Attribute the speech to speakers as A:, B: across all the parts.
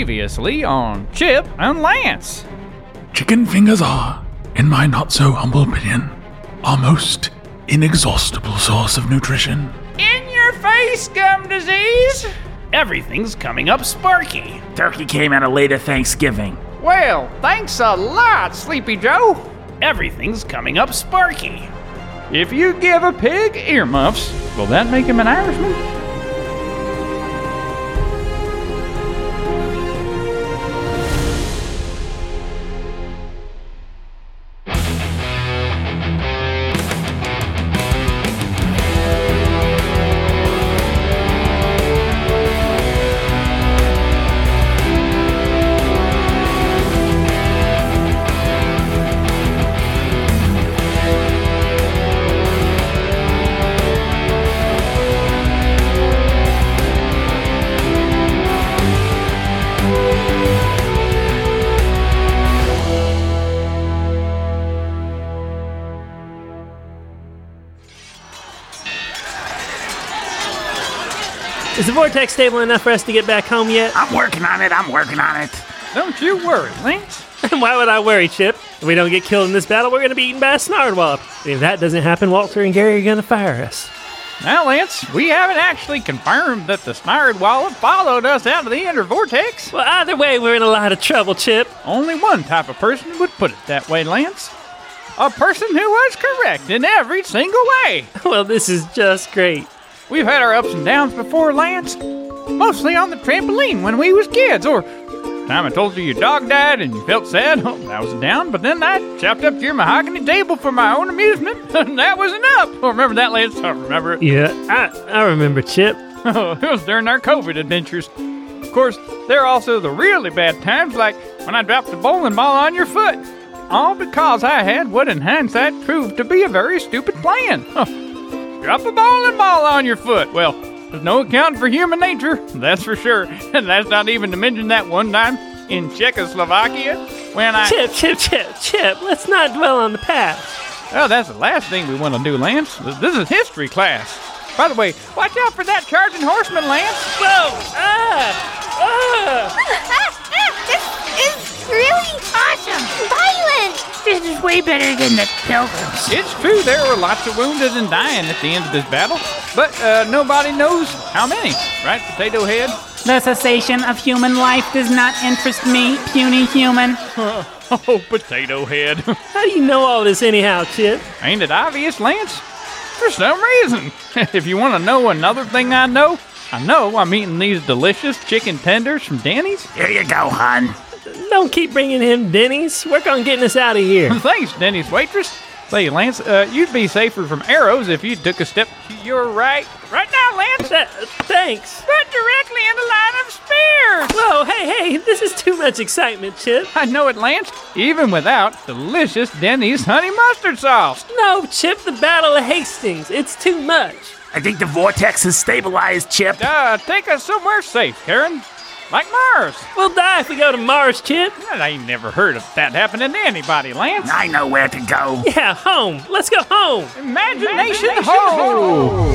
A: Previously on Chip and Lance.
B: Chicken fingers are, in my not so humble opinion, our most inexhaustible source of nutrition.
A: In your face, gum disease. Everything's coming up sparky.
C: Turkey came at a later Thanksgiving.
A: Well, thanks a lot, Sleepy Joe. Everything's coming up sparky. If you give a pig earmuffs, will that make him an Irishman?
D: Is the vortex stable enough for us to get back home yet?
C: I'm working on it, I'm working on it.
A: Don't you worry, Lance.
D: Why would I worry, Chip? If we don't get killed in this battle, we're going to be eaten by a snarwallop. And if that doesn't happen, Walter and Gary are going to fire us.
A: Now, Lance, we haven't actually confirmed that the snared wallop followed us out of the inner vortex.
D: Well, either way, we're in a lot of trouble, Chip.
A: Only one type of person would put it that way, Lance. A person who was correct in every single way.
D: Well, this is just great.
A: We've had our ups and downs before, Lance. Mostly on the trampoline when we was kids, or time I told you your dog died and you felt sad. Oh, that was a down. But then I chopped up your mahogany table for my own amusement. and that was an up. Oh, remember that, Lance? I remember it.
D: Yeah, I, I remember, Chip.
A: it was during our COVID adventures. Of course, there are also the really bad times, like when I dropped the bowling ball on your foot. All because I had what in hindsight proved to be a very stupid plan. Huh. Drop a bowling ball on your foot. Well, there's no account for human nature, that's for sure. And that's not even to mention that one time in Czechoslovakia when I.
D: Chip, Chip, Chip, Chip, let's not dwell on the past.
A: Oh, that's the last thing we want to do, Lance. Th- This is history class. By the way, watch out for that charging horseman, Lance.
D: Whoa! Ah! Ah!
E: this is really awesome! Violent! This is way better than the pilgrims.
A: It's true there were lots of wounded and dying at the end of this battle, but uh, nobody knows how many, right, Potato Head?
F: The cessation of human life does not interest me, puny human.
A: Oh, Potato Head.
D: How do you know all this anyhow, Chip?
A: Ain't it obvious, Lance? For some reason. if you want to know another thing I know, I know I'm eating these delicious chicken tenders from Danny's.
C: Here you go, hun.
D: Don't keep bringing him Denny's. Work on getting us out of here.
A: Thanks, Danny's waitress. Say, Lance, uh, you'd be safer from arrows if you took a step to your right. Right now, Lance!
D: Th- thanks.
A: Right directly in the line of spears!
D: Whoa, hey, hey, this is too much excitement, Chip.
A: I know it, Lance, even without delicious Denny's honey mustard sauce.
D: No, Chip, the Battle of Hastings. It's too much.
C: I think the vortex has stabilized, Chip.
A: Uh, take us somewhere safe, Karen. Like Mars.
D: We'll die if we go to Mars, Chip.
A: I ain't never heard of that happening to anybody, Lance.
C: I know where to go.
D: Yeah, home. Let's go home.
A: Imagination, Hole.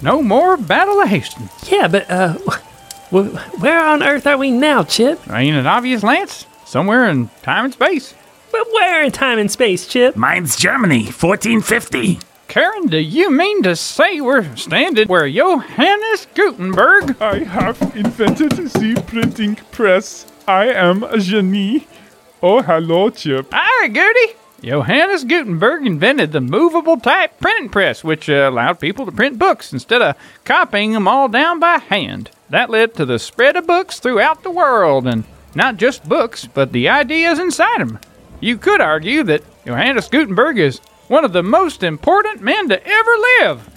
A: No more Battle of Hastings.
D: Yeah, but uh, wh- wh- where on earth are we now, Chip?
A: Ain't it obvious, Lance? Somewhere in time and space.
D: But where in time and space, Chip?
C: Mine's Germany, 1450.
A: Karen, do you mean to say we're standing where Johannes Gutenberg?
G: I have invented the printing press. I am a genie. Oh, hello, Chip.
A: Aye, Goody. Johannes Gutenberg invented the movable type printing press, which uh, allowed people to print books instead of copying them all down by hand. That led to the spread of books throughout the world, and not just books, but the ideas inside them. You could argue that Johannes Gutenberg is one of the most important men to ever live.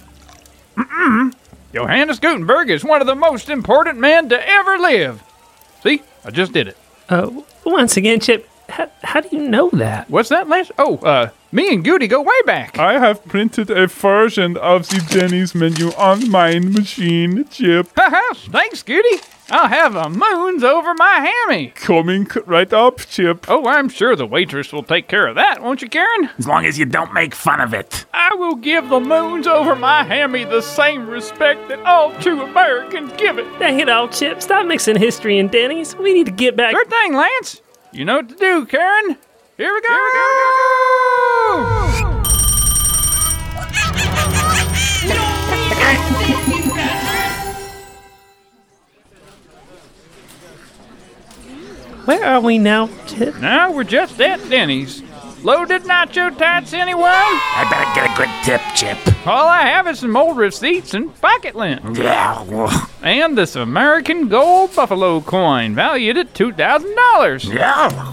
A: Mm-mm. Johannes Gutenberg is one of the most important men to ever live. See, I just did it.
D: Uh, once again, Chip, how, how do you know that?
A: What's that, Lance? Oh, uh, Me and Goody go way back.
G: I have printed a version of the Denny's menu on my machine chip.
A: Haha, Thanks, Goody. I'll have a moons over my hammy.
G: Coming c- right up, Chip.
A: Oh, I'm sure the waitress will take care of that, won't you, Karen?
C: As long as you don't make fun of it.
A: I will give the moons over my hammy the same respect that all true Americans give it.
D: Dang it all, Chip. Stop mixing history and Denny's. We need to get back.
A: Good thing, Lance. You know what to do, Karen. Here we go. Here we go.
D: Where are we now, Chip?
A: Now we're just at Denny's. Loaded nacho tats, anyone?
C: I better get a good tip, Chip.
A: All I have is some old receipts and pocket lint.
C: Yeah. well,
A: And this American gold buffalo coin, valued at $2,000.
C: Yeah.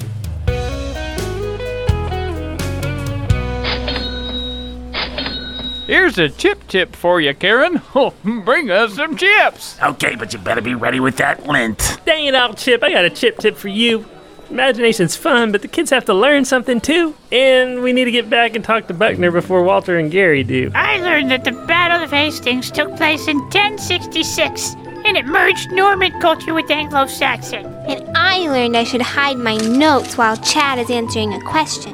A: Here's a chip tip for you, Karen. Oh, Bring us some chips.
C: Okay, but you better be ready with that lint.
D: Dang it all, Chip. I got a chip tip for you. Imagination's fun, but the kids have to learn something too. And we need to get back and talk to Buckner before Walter and Gary do.
E: I learned that the Battle of Hastings took place in 1066, and it merged Norman culture with Anglo-Saxon.
H: And I learned I should hide my notes while Chad is answering a question.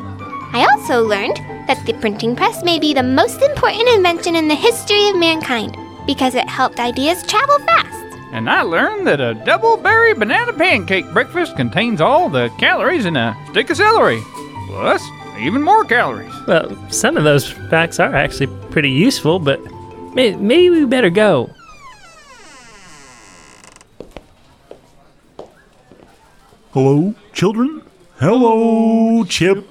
H: I also learned that the printing press may be the most important invention in the history of mankind because it helped ideas travel fast.
A: And I learned that a double berry banana pancake breakfast contains all the calories in a stick of celery, plus even more calories.
D: Well, some of those facts are actually pretty useful, but may- maybe we better go.
I: Hello, children? Hello, Chip.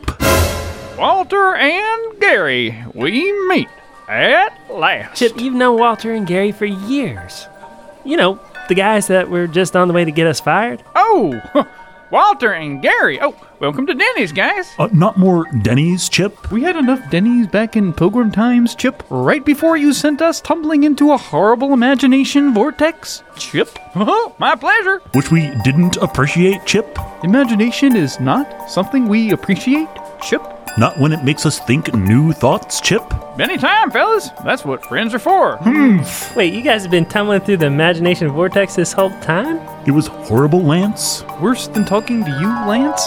A: Walter and Gary, we meet at last.
D: Chip, you've known Walter and Gary for years. You know, the guys that were just on the way to get us fired.
A: Oh, Walter and Gary. Oh, welcome to Denny's, guys.
I: Uh, not more Denny's, Chip?
A: We had enough Denny's back in Pilgrim times, Chip, right before you sent us tumbling into a horrible imagination vortex, Chip. Oh, my pleasure.
I: Which we didn't appreciate, Chip?
A: Imagination is not something we appreciate, Chip.
I: Not when it makes us think new thoughts, Chip?
A: Any time, fellas. That's what friends are for. Hmm?
D: Wait, you guys have been tumbling through the imagination vortex this whole time?
I: It was horrible, Lance.
A: Worse than talking to you, Lance.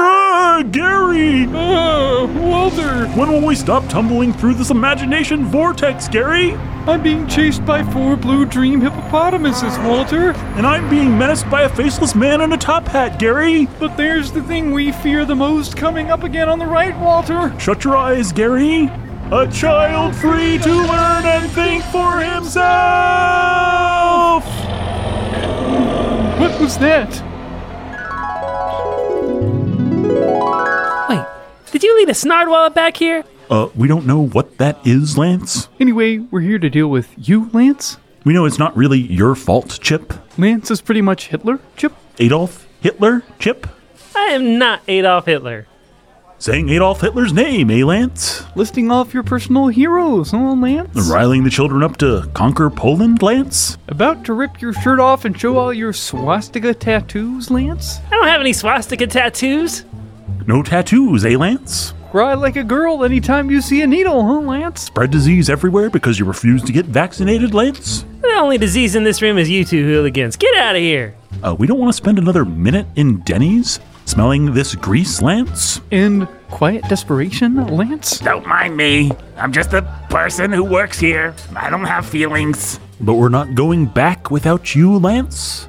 I: Ah, Gary!
A: Uh, Walter,
I: When will we stop tumbling through this imagination vortex, Gary?
A: I'm being chased by four blue dream hippopotamuses, Walter.
I: And I'm being menaced by a faceless man in a top hat, Gary!
A: But there's the thing we fear the most coming up again on the right, Walter.
I: Shut your eyes, Gary! A child free to learn and think for himself!
A: What was that?
D: Wait, did you lead a Snardwalla back here?
I: Uh, we don't know what that is, Lance.
A: Anyway, we're here to deal with you, Lance.
I: We know it's not really your fault, Chip.
A: Lance is pretty much Hitler, Chip.
I: Adolf Hitler, Chip?
D: I am not Adolf Hitler.
I: Saying Adolf Hitler's name, eh, Lance?
A: Listing off your personal heroes, huh, Lance?
I: Riling the children up to conquer Poland, Lance?
A: About to rip your shirt off and show all your swastika tattoos, Lance?
D: I don't have any swastika tattoos.
I: No tattoos, eh, Lance?
A: Cry like a girl anytime you see a needle, huh, Lance?
I: Spread disease everywhere because you refuse to get vaccinated, Lance?
D: The only disease in this room is you two hooligans. Get out of here.
I: Uh, we don't want to spend another minute in Denny's smelling this grease, Lance?
A: In quiet desperation, Lance?
C: Don't mind me. I'm just a person who works here. I don't have feelings.
I: But we're not going back without you, Lance?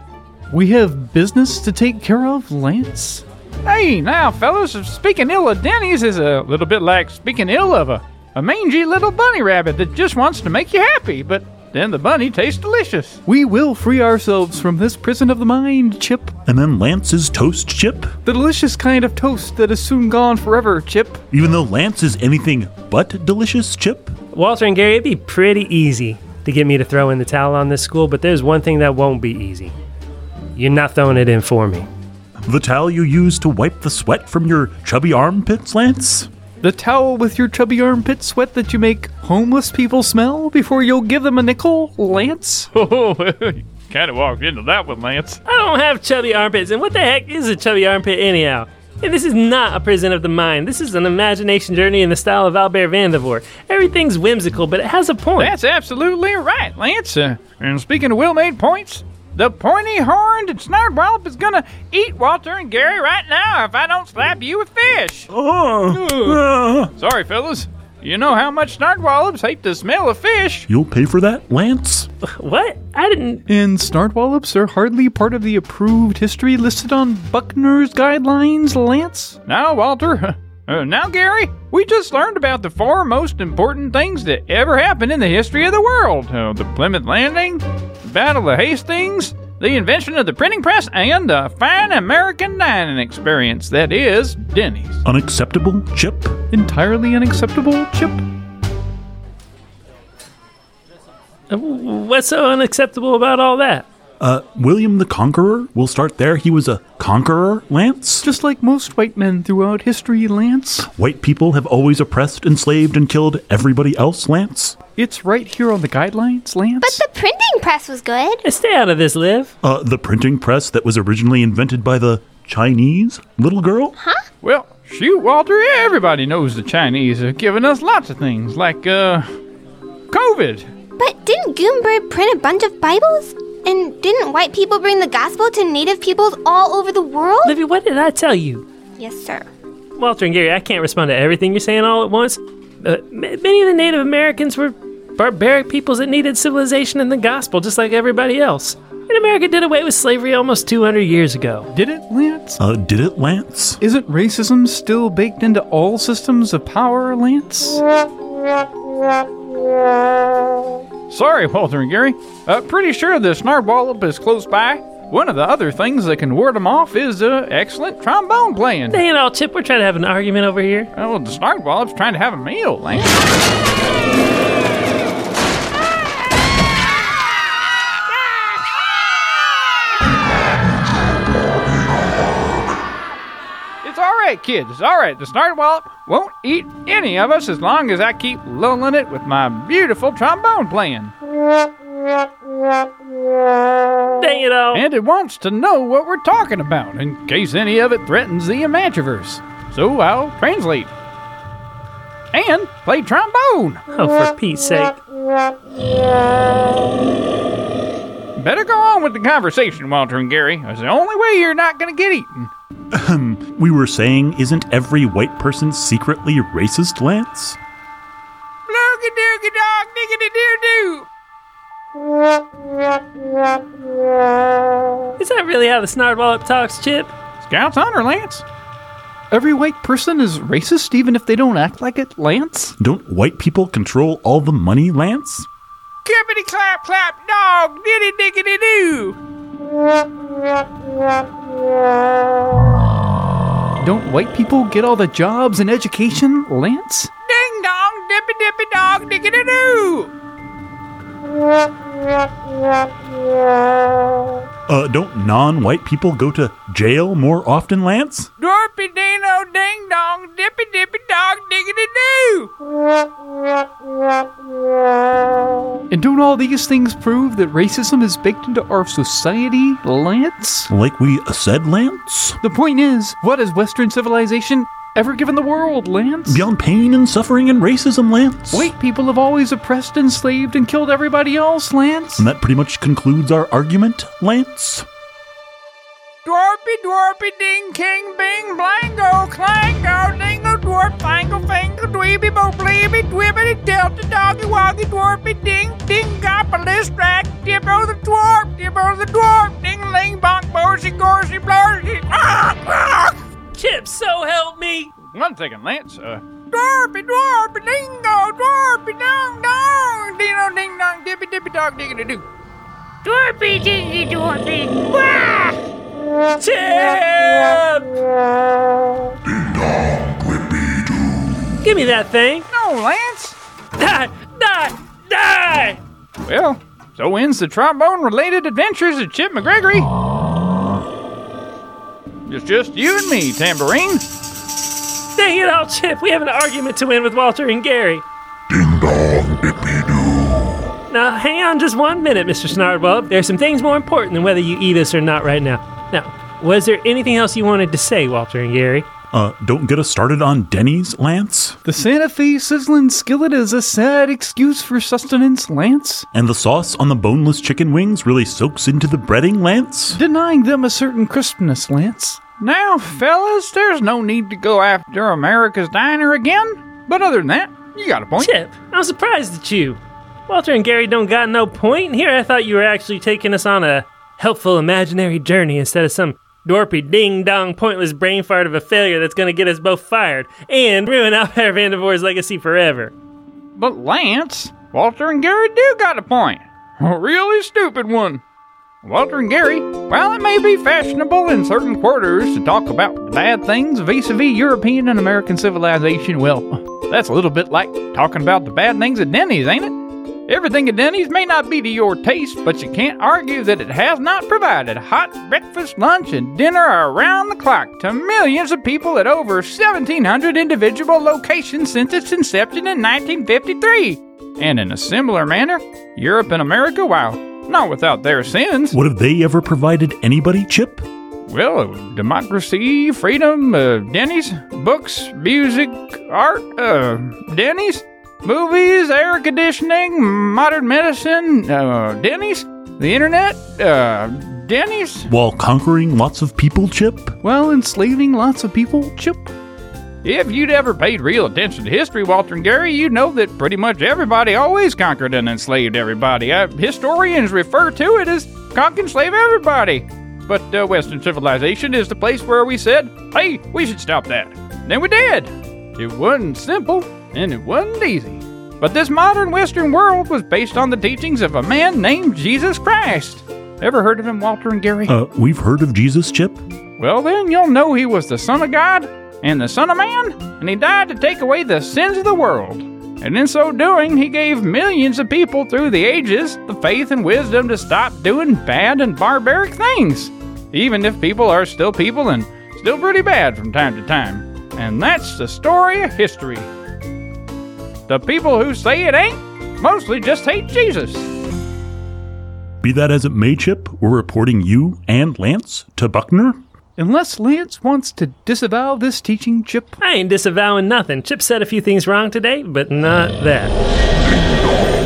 A: We have business to take care of, Lance? Hey, now, fellas, speaking ill of Denny's is a little bit like speaking ill of a, a mangy little bunny rabbit that just wants to make you happy, but then the bunny tastes delicious. We will free ourselves from this prison of the mind, Chip.
I: And then Lance's toast, Chip?
A: The delicious kind of toast that is soon gone forever, Chip.
I: Even though Lance is anything but delicious, Chip?
D: Walter and Gary, it'd be pretty easy to get me to throw in the towel on this school, but there's one thing that won't be easy. You're not throwing it in for me.
I: The towel you use to wipe the sweat from your chubby armpits, Lance?
A: The towel with your chubby armpit sweat that you make homeless people smell before you'll give them a nickel, Lance? Oh, kind of walked into that one, Lance.
D: I don't have chubby armpits, and what the heck is a chubby armpit anyhow? And this is not a prison of the mind. This is an imagination journey in the style of Albert Vandevor. Everything's whimsical, but it has a point.
A: That's absolutely right, Lance. Uh, and speaking of well-made points, the pointy-horned snarwhal is gonna eat Walter and Gary right now if I don't slap you with fish.
I: Oh.
A: Sorry, fellas. You know how much snarwhallops hate the smell of fish.
I: You'll pay for that, Lance?
D: what? I didn't.
B: And snartwallops are hardly part of the approved history listed on Buckner's guidelines, Lance?
A: Now, Walter. Uh, now, Gary, we just learned about the four most important things that ever happened in the history of the world uh, the Plymouth Landing, the Battle of Hastings, the invention of the printing press, and the fine American dining experience that is Denny's.
I: Unacceptable, Chip?
B: Entirely unacceptable, Chip?
D: What's so unacceptable about all that?
I: Uh, William the Conqueror? We'll start there. He was a conqueror, Lance?
B: Just like most white men throughout history, Lance.
I: White people have always oppressed, enslaved, and killed everybody else, Lance?
B: It's right here on the guidelines, Lance.
H: But the printing press was good.
D: Stay out of this, Liv.
I: Uh, the printing press that was originally invented by the Chinese little girl?
A: Well, shoot, Walter, everybody knows the Chinese have given us lots of things, like, uh, COVID.
H: But didn't Gutenberg print a bunch of Bibles? And didn't white people bring the gospel to native peoples all over the world?
D: Livy, what did I tell you?
H: yes, sir.
D: Walter and Gary, I can't respond to everything you're saying all at once. Uh, ma- many of the Native Americans were barbaric peoples that needed civilization and the gospel, just like everybody else. And America did away with slavery almost 200 years ago.
B: Did it, Lance?
I: Uh, did it, Lance?
B: Isn't racism still baked into all systems of power, Lance?
A: Sorry, Walter and Gary. Uh, pretty sure the snarwallop is close by. One of the other things that can ward them off is uh, excellent trombone playing.
D: Dang it all, Chip, we're trying to have an argument over here.
A: Oh, well, the snarwallop's trying to have a meal, Lance. It's all right, kids. It's all right. The snarwallop won't eat any of us as long as I keep lulling it with my beautiful trombone playing.
D: Dang it all.
A: And it wants to know what we're talking about in case any of it threatens the Imagiverse. So I'll translate. And play trombone.
D: Oh, for Pete's sake.
A: Better go on with the conversation, Walter and Gary. That's the only way you're not going to get eaten.
I: We were saying, isn't every white person secretly racist, Lance?
A: Bloogie doogie dog diggity doo doo.
D: Is that really how the Snarwallop talks, Chip?
A: Scouts honor, Lance.
B: Every white person is racist even if they don't act like it, Lance?
I: Don't white people control all the money, Lance?
A: Kippity clap clap dog diddy diggity doo.
B: Don't white people get all the jobs and education, Lance?
A: Ding dong dippy dippy dog diggity doo.
I: Uh, don't non white people go to jail more often, Lance?
A: Dorpy dino ding dong dippy dippy dog diggity doo.
B: And don't all these things prove that racism is baked into our society, Lance?
I: Like we said, Lance?
B: The point is, what has Western civilization ever given the world, Lance?
I: Beyond pain and suffering and racism, Lance?
B: White people have always oppressed, enslaved, and killed everybody else, Lance.
I: And that pretty much concludes our argument, Lance?
A: Dwarpy, dwarpy, ding, king, bing, blango, clango, dingo, dwarf, fango, fango, dweeby, bo, bleeby, dwibbity, delta, doggy, woggy, dwarpy, ding, ding, gopolis, rack, dippo the dwarf, dippo the dwarf, ding, ling, bonk, borsy, gorsy, blorsy, ah, ah.
D: Chip, so help me.
A: One second, Lance. Uh, dwarpy, dwarpy, dingo, dwarpy, dong, dong, dino, ding, dong, dippy, dippy, dog, diggity, doo.
E: Dorpy dingy dorpy. Wah!
D: Chip! Give me that thing.
A: No, Lance.
D: Die, die, die!
A: Well, so ends the trombone related adventures of Chip McGregory. It's just you and me, Tambourine.
D: Dang it all, Chip. We have an argument to win with Walter and Gary. Now, hang on just one minute, Mr. Snarwell. There's some things more important than whether you eat us or not right now. Now, Was there anything else you wanted to say, Walter and Gary?
I: Uh, don't get us started on Denny's, Lance.
A: The Santa Fe sizzling skillet is a sad excuse for sustenance, Lance.
I: And the sauce on the boneless chicken wings really soaks into the breading, Lance.
A: Denying them a certain crispness, Lance. Now, fellas, there's no need to go after America's Diner again. But other than that, you got a point.
D: Chip, I'm surprised at you. Walter and Gary don't got no point here. I thought you were actually taking us on a helpful imaginary journey instead of some dorpy ding dong pointless brain fart of a failure that's going to get us both fired and ruin Alper Vandervoor's legacy forever.
A: But Lance, Walter and Gary do got a point. A really stupid one. Walter and Gary, while it may be fashionable in certain quarters to talk about the bad things vis a vis European and American civilization, well, that's a little bit like talking about the bad things at Denny's, ain't it? Everything at Denny's may not be to your taste, but you can't argue that it has not provided hot breakfast, lunch, and dinner around the clock to millions of people at over 1,700 individual locations since its inception in 1953. And in a similar manner, Europe and America, while not without their sins,
I: What have they ever provided anybody, Chip?
A: well, democracy, freedom, uh, Denny's, books, music, art, uh, Denny's, movies, air conditioning, modern medicine, uh, Denny's, the internet, uh, Denny's.
I: While conquering lots of people, Chip?
A: Well, enslaving lots of people, Chip. If you'd ever paid real attention to history, Walter and Gary, you'd know that pretty much everybody always conquered and enslaved everybody. Uh, historians refer to it as conquer and slave everybody. But uh, Western civilization is the place where we said, hey, we should stop that. Then we did. It wasn't simple, and it wasn't easy. But this modern Western world was based on the teachings of a man named Jesus Christ. Ever heard of him, Walter and
B: Oh,
A: Gary?
I: Uh, we've heard of Jesus, Chip.
A: Well, then you'll know he was the Son of God and the Son of Man, and he died to take away the sins of the world. And in so doing, he gave millions of people through the ages the faith and wisdom to stop doing bad and barbaric things, even if people are still people and still pretty bad from time to time. And that's the story of history. The people who say it ain't mostly just hate Jesus.
I: Be that as it may, Chip, we're reporting you and Lance to Buckner.
A: Unless Lance wants to disavow this teaching, Chip.
D: I ain't disavowing nothing. Chip said a few things wrong today, but not that.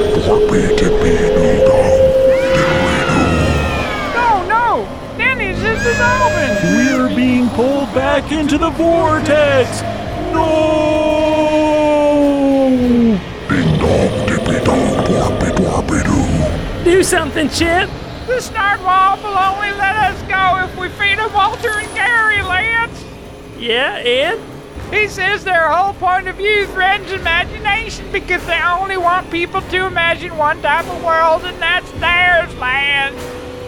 A: No, no! Denny's is dissolving!
I: We're being pulled back into the vortex! No!
D: Do something, Chip!
A: The Snartwall will only let us go if we feed him Walter and Gary, Lance.
D: Yeah, and?
A: He says their whole point of view threatens imagination because they only want people to imagine one type of world, and that's theirs, Lance.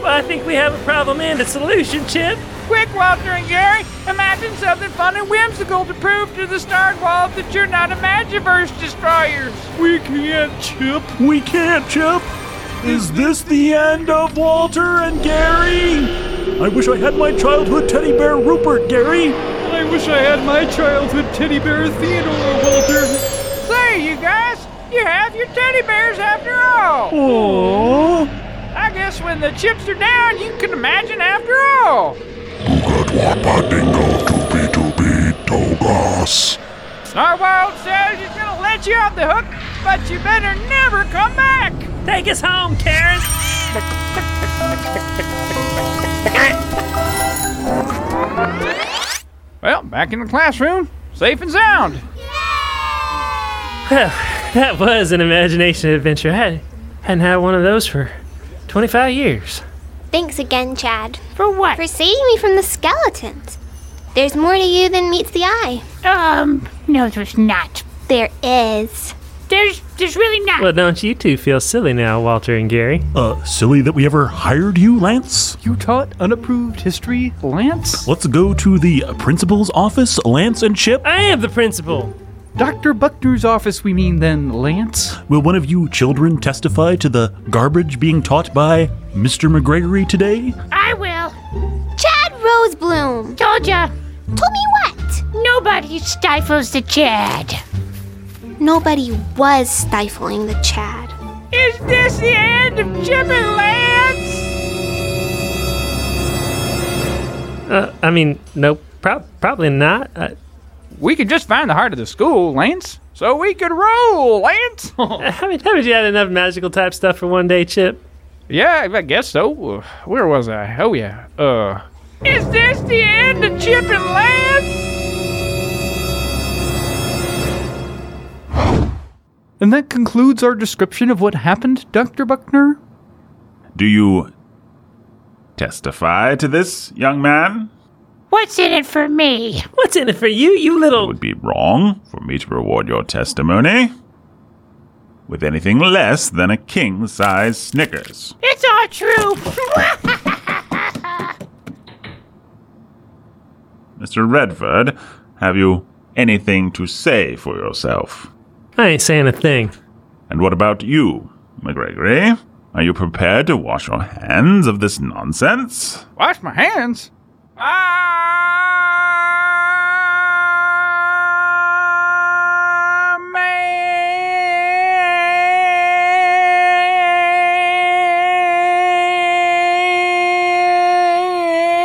D: Well, I think we have a problem and a solution, Chip.
A: Quick, Walter and Gary, imagine something fun and whimsical to prove to the Snartwall that you're not Imagiverse destroyers.
B: We can't, Chip.
I: We can't, Chip! Is this the end of Walter and Gary? I wish I had my childhood teddy bear Rupert, Gary!
B: I wish I had my childhood teddy bear Theodore, Walter.
A: Say, you guys, you have your teddy bears after all.
I: Aww.
A: I guess when the chips are down, you can imagine after all. Snarwild says he's gonna let you off the hook, but you better never come back.
D: Take us home, Karen!
A: Well, back in the classroom, safe and sound.
D: Well, that was an imagination adventure. I hadn't had one of those for 25 years.
H: Thanks again, Chad,
E: For what?
H: for saving me from the skeletons. There's more to you than meets the eye.
E: um, no, there's not.
H: There is.
E: There's, there's really not.
D: Well, don't you two feel silly now, Walter and Gary?
I: Uh, silly that we ever hired you, Lance?
A: You taught unapproved history, Lance?
I: Let's go to the principal's office, Lance and Chip.
D: I am the principal!
A: Dr. Buckner's office, we mean then, Lance?
I: Will one of you children testify to the garbage being taught by Mr. McGregory today?
E: I will.
H: Chad Rosebloom!
E: Told ya.
H: Told me what?
E: Nobody stifles the Chad.
H: Nobody was stifling the Chad.
A: Is this the end of Jim and Lance?
D: Uh, I mean, no, prob- probably not. Uh,
A: We could just find the heart of the school, Lance. So we could roll, Lance.
D: haven't, haven't you had enough magical type stuff for one day, Chip?
A: yeah, I guess so. Uh, Where was I? Oh yeah. Uh. Is this the end of Chip and Lance? And that concludes our description of what happened, Dr. Buckner.
I: Do you testify to this, young man?
E: What's in it for me?
D: What's in it for you, you
I: It
D: little?
I: would be wrong for me to reward your testimony with anything less than a king size Snickers.
E: It's all true.
I: Mr. Redford, have you anything to say for yourself?
D: I ain't saying a thing.
I: And what about you, McGregory? Are you prepared to wash your hands of this nonsense?
A: Wash my hands. I'm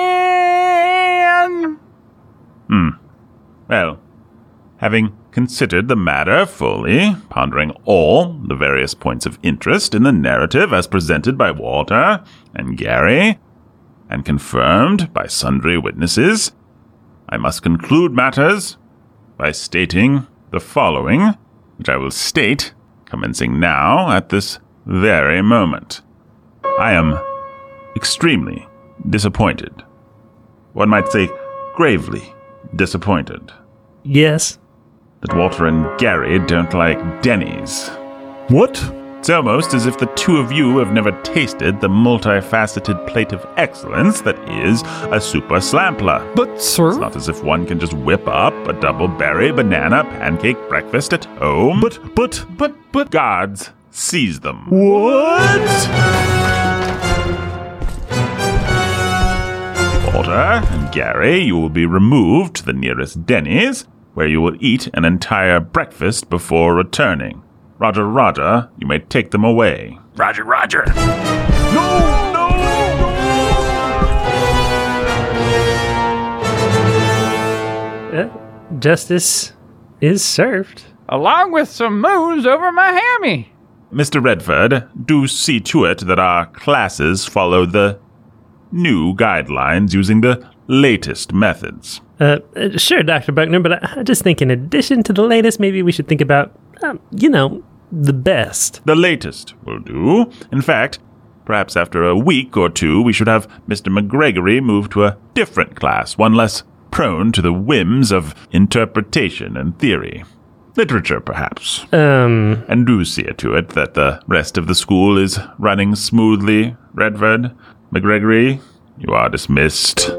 A: a man.
I: Hmm. Well, having considered the matter fully, pondering all the various points of interest in the narrative as presented by Walter and Gary, and confirmed by sundry witnesses, I must conclude matters by stating the following, which I will state commencing now at this very moment. I am extremely disappointed. One might say gravely disappointed
D: Yes.
I: that Walter and Gary don't like Denny's.
B: What?
I: It's almost as if the two of you have never tasted the multifaceted plate of excellence that is a super slampler.
A: But,
I: It's
A: sir,
I: not as if one can just whip up a double berry banana pancake breakfast at home.
B: But, but,
I: but, but, gods seize them.
B: what?
I: Walter and Gary, you will be removed to the nearest Denny's, where you will eat an entire breakfast before returning. Roger, Roger, you may take them away.
C: Roger, Roger.
I: No, no,
D: Uh, justice is served.
A: along with some moons over my hammy.
I: Mr. Redford, do see to it that our classes follow the new guidelines using the latest methods.
D: Uh, uh, sure, Dr. Buckner, but I, I just think in addition to the latest, maybe we should think about, um, you know, the best.
I: The latest will do. In fact, perhaps after a week or two, we should have Mr. McGregory move to a different class, one less prone to the whims of interpretation and theory. Literature, perhaps.
D: Um,
I: and do see to it that the rest of the school is running smoothly. Redford, McGregory, you are dismissed.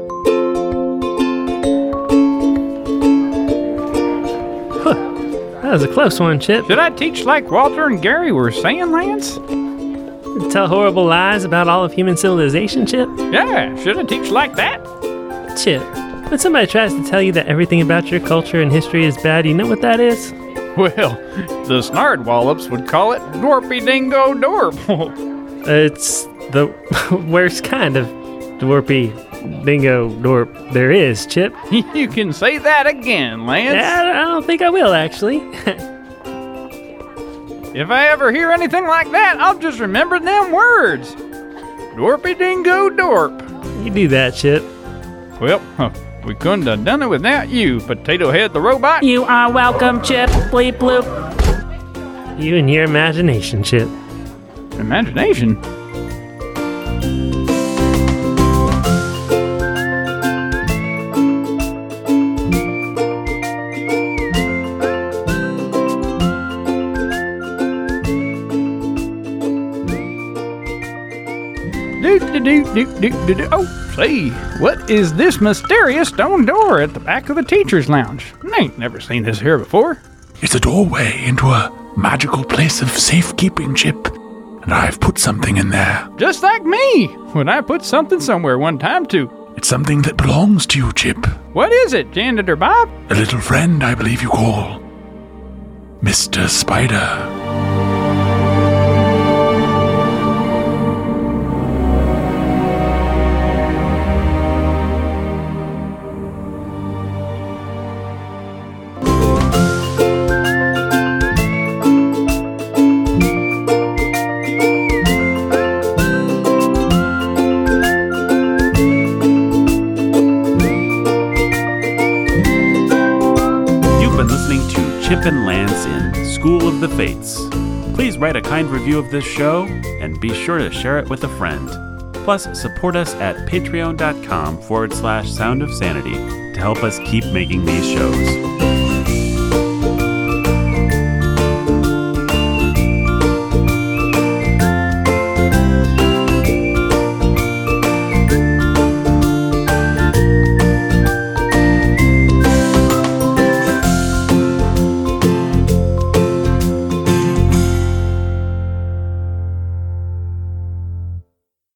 D: that was a close one, Chip.
A: Should I teach like Walter and Gary were saying, Lance?
D: Tell horrible lies about all of human civilization, Chip.
A: Yeah, should I teach like that?
D: Chip, when somebody tries to tell you that everything about your culture and history is bad, you know what that is?
A: Well, the snarred wallops would call it Dorpy Dingo Dorp.
D: It's the worst kind of dwarpy bingo dorp there is, Chip.
A: you can say that again, Lance.
D: I I don't think I will, actually.
A: If I ever hear anything like that, I'll just remember them words. Dorpy dingo dorp.
D: you do that, Chip.
A: Well, huh, we couldn't have done it without you, Potato Head the robot.
F: You are welcome, Chip. Bleep bloop.
D: You and your imagination, Chip.
A: Imagination. Do do do do do do do. Oh, see, what is this mysterious stone door at the back of the teachers' lounge? I ain't never seen this here before.
B: It's a doorway into a magical place of safekeeping, Chip. And I've put something in there.
A: Just like me, when I put something somewhere one time too.
B: It's something that belongs to you, Chip.
A: What is it, Janitor Bob?
B: A little friend, I believe you call. Mr. Spider.
I: the Fates. Please write a kind review of this show and be sure to share it with a friend. Plus, support us at patreon.com forward slash sound of sanity to help us keep making these shows.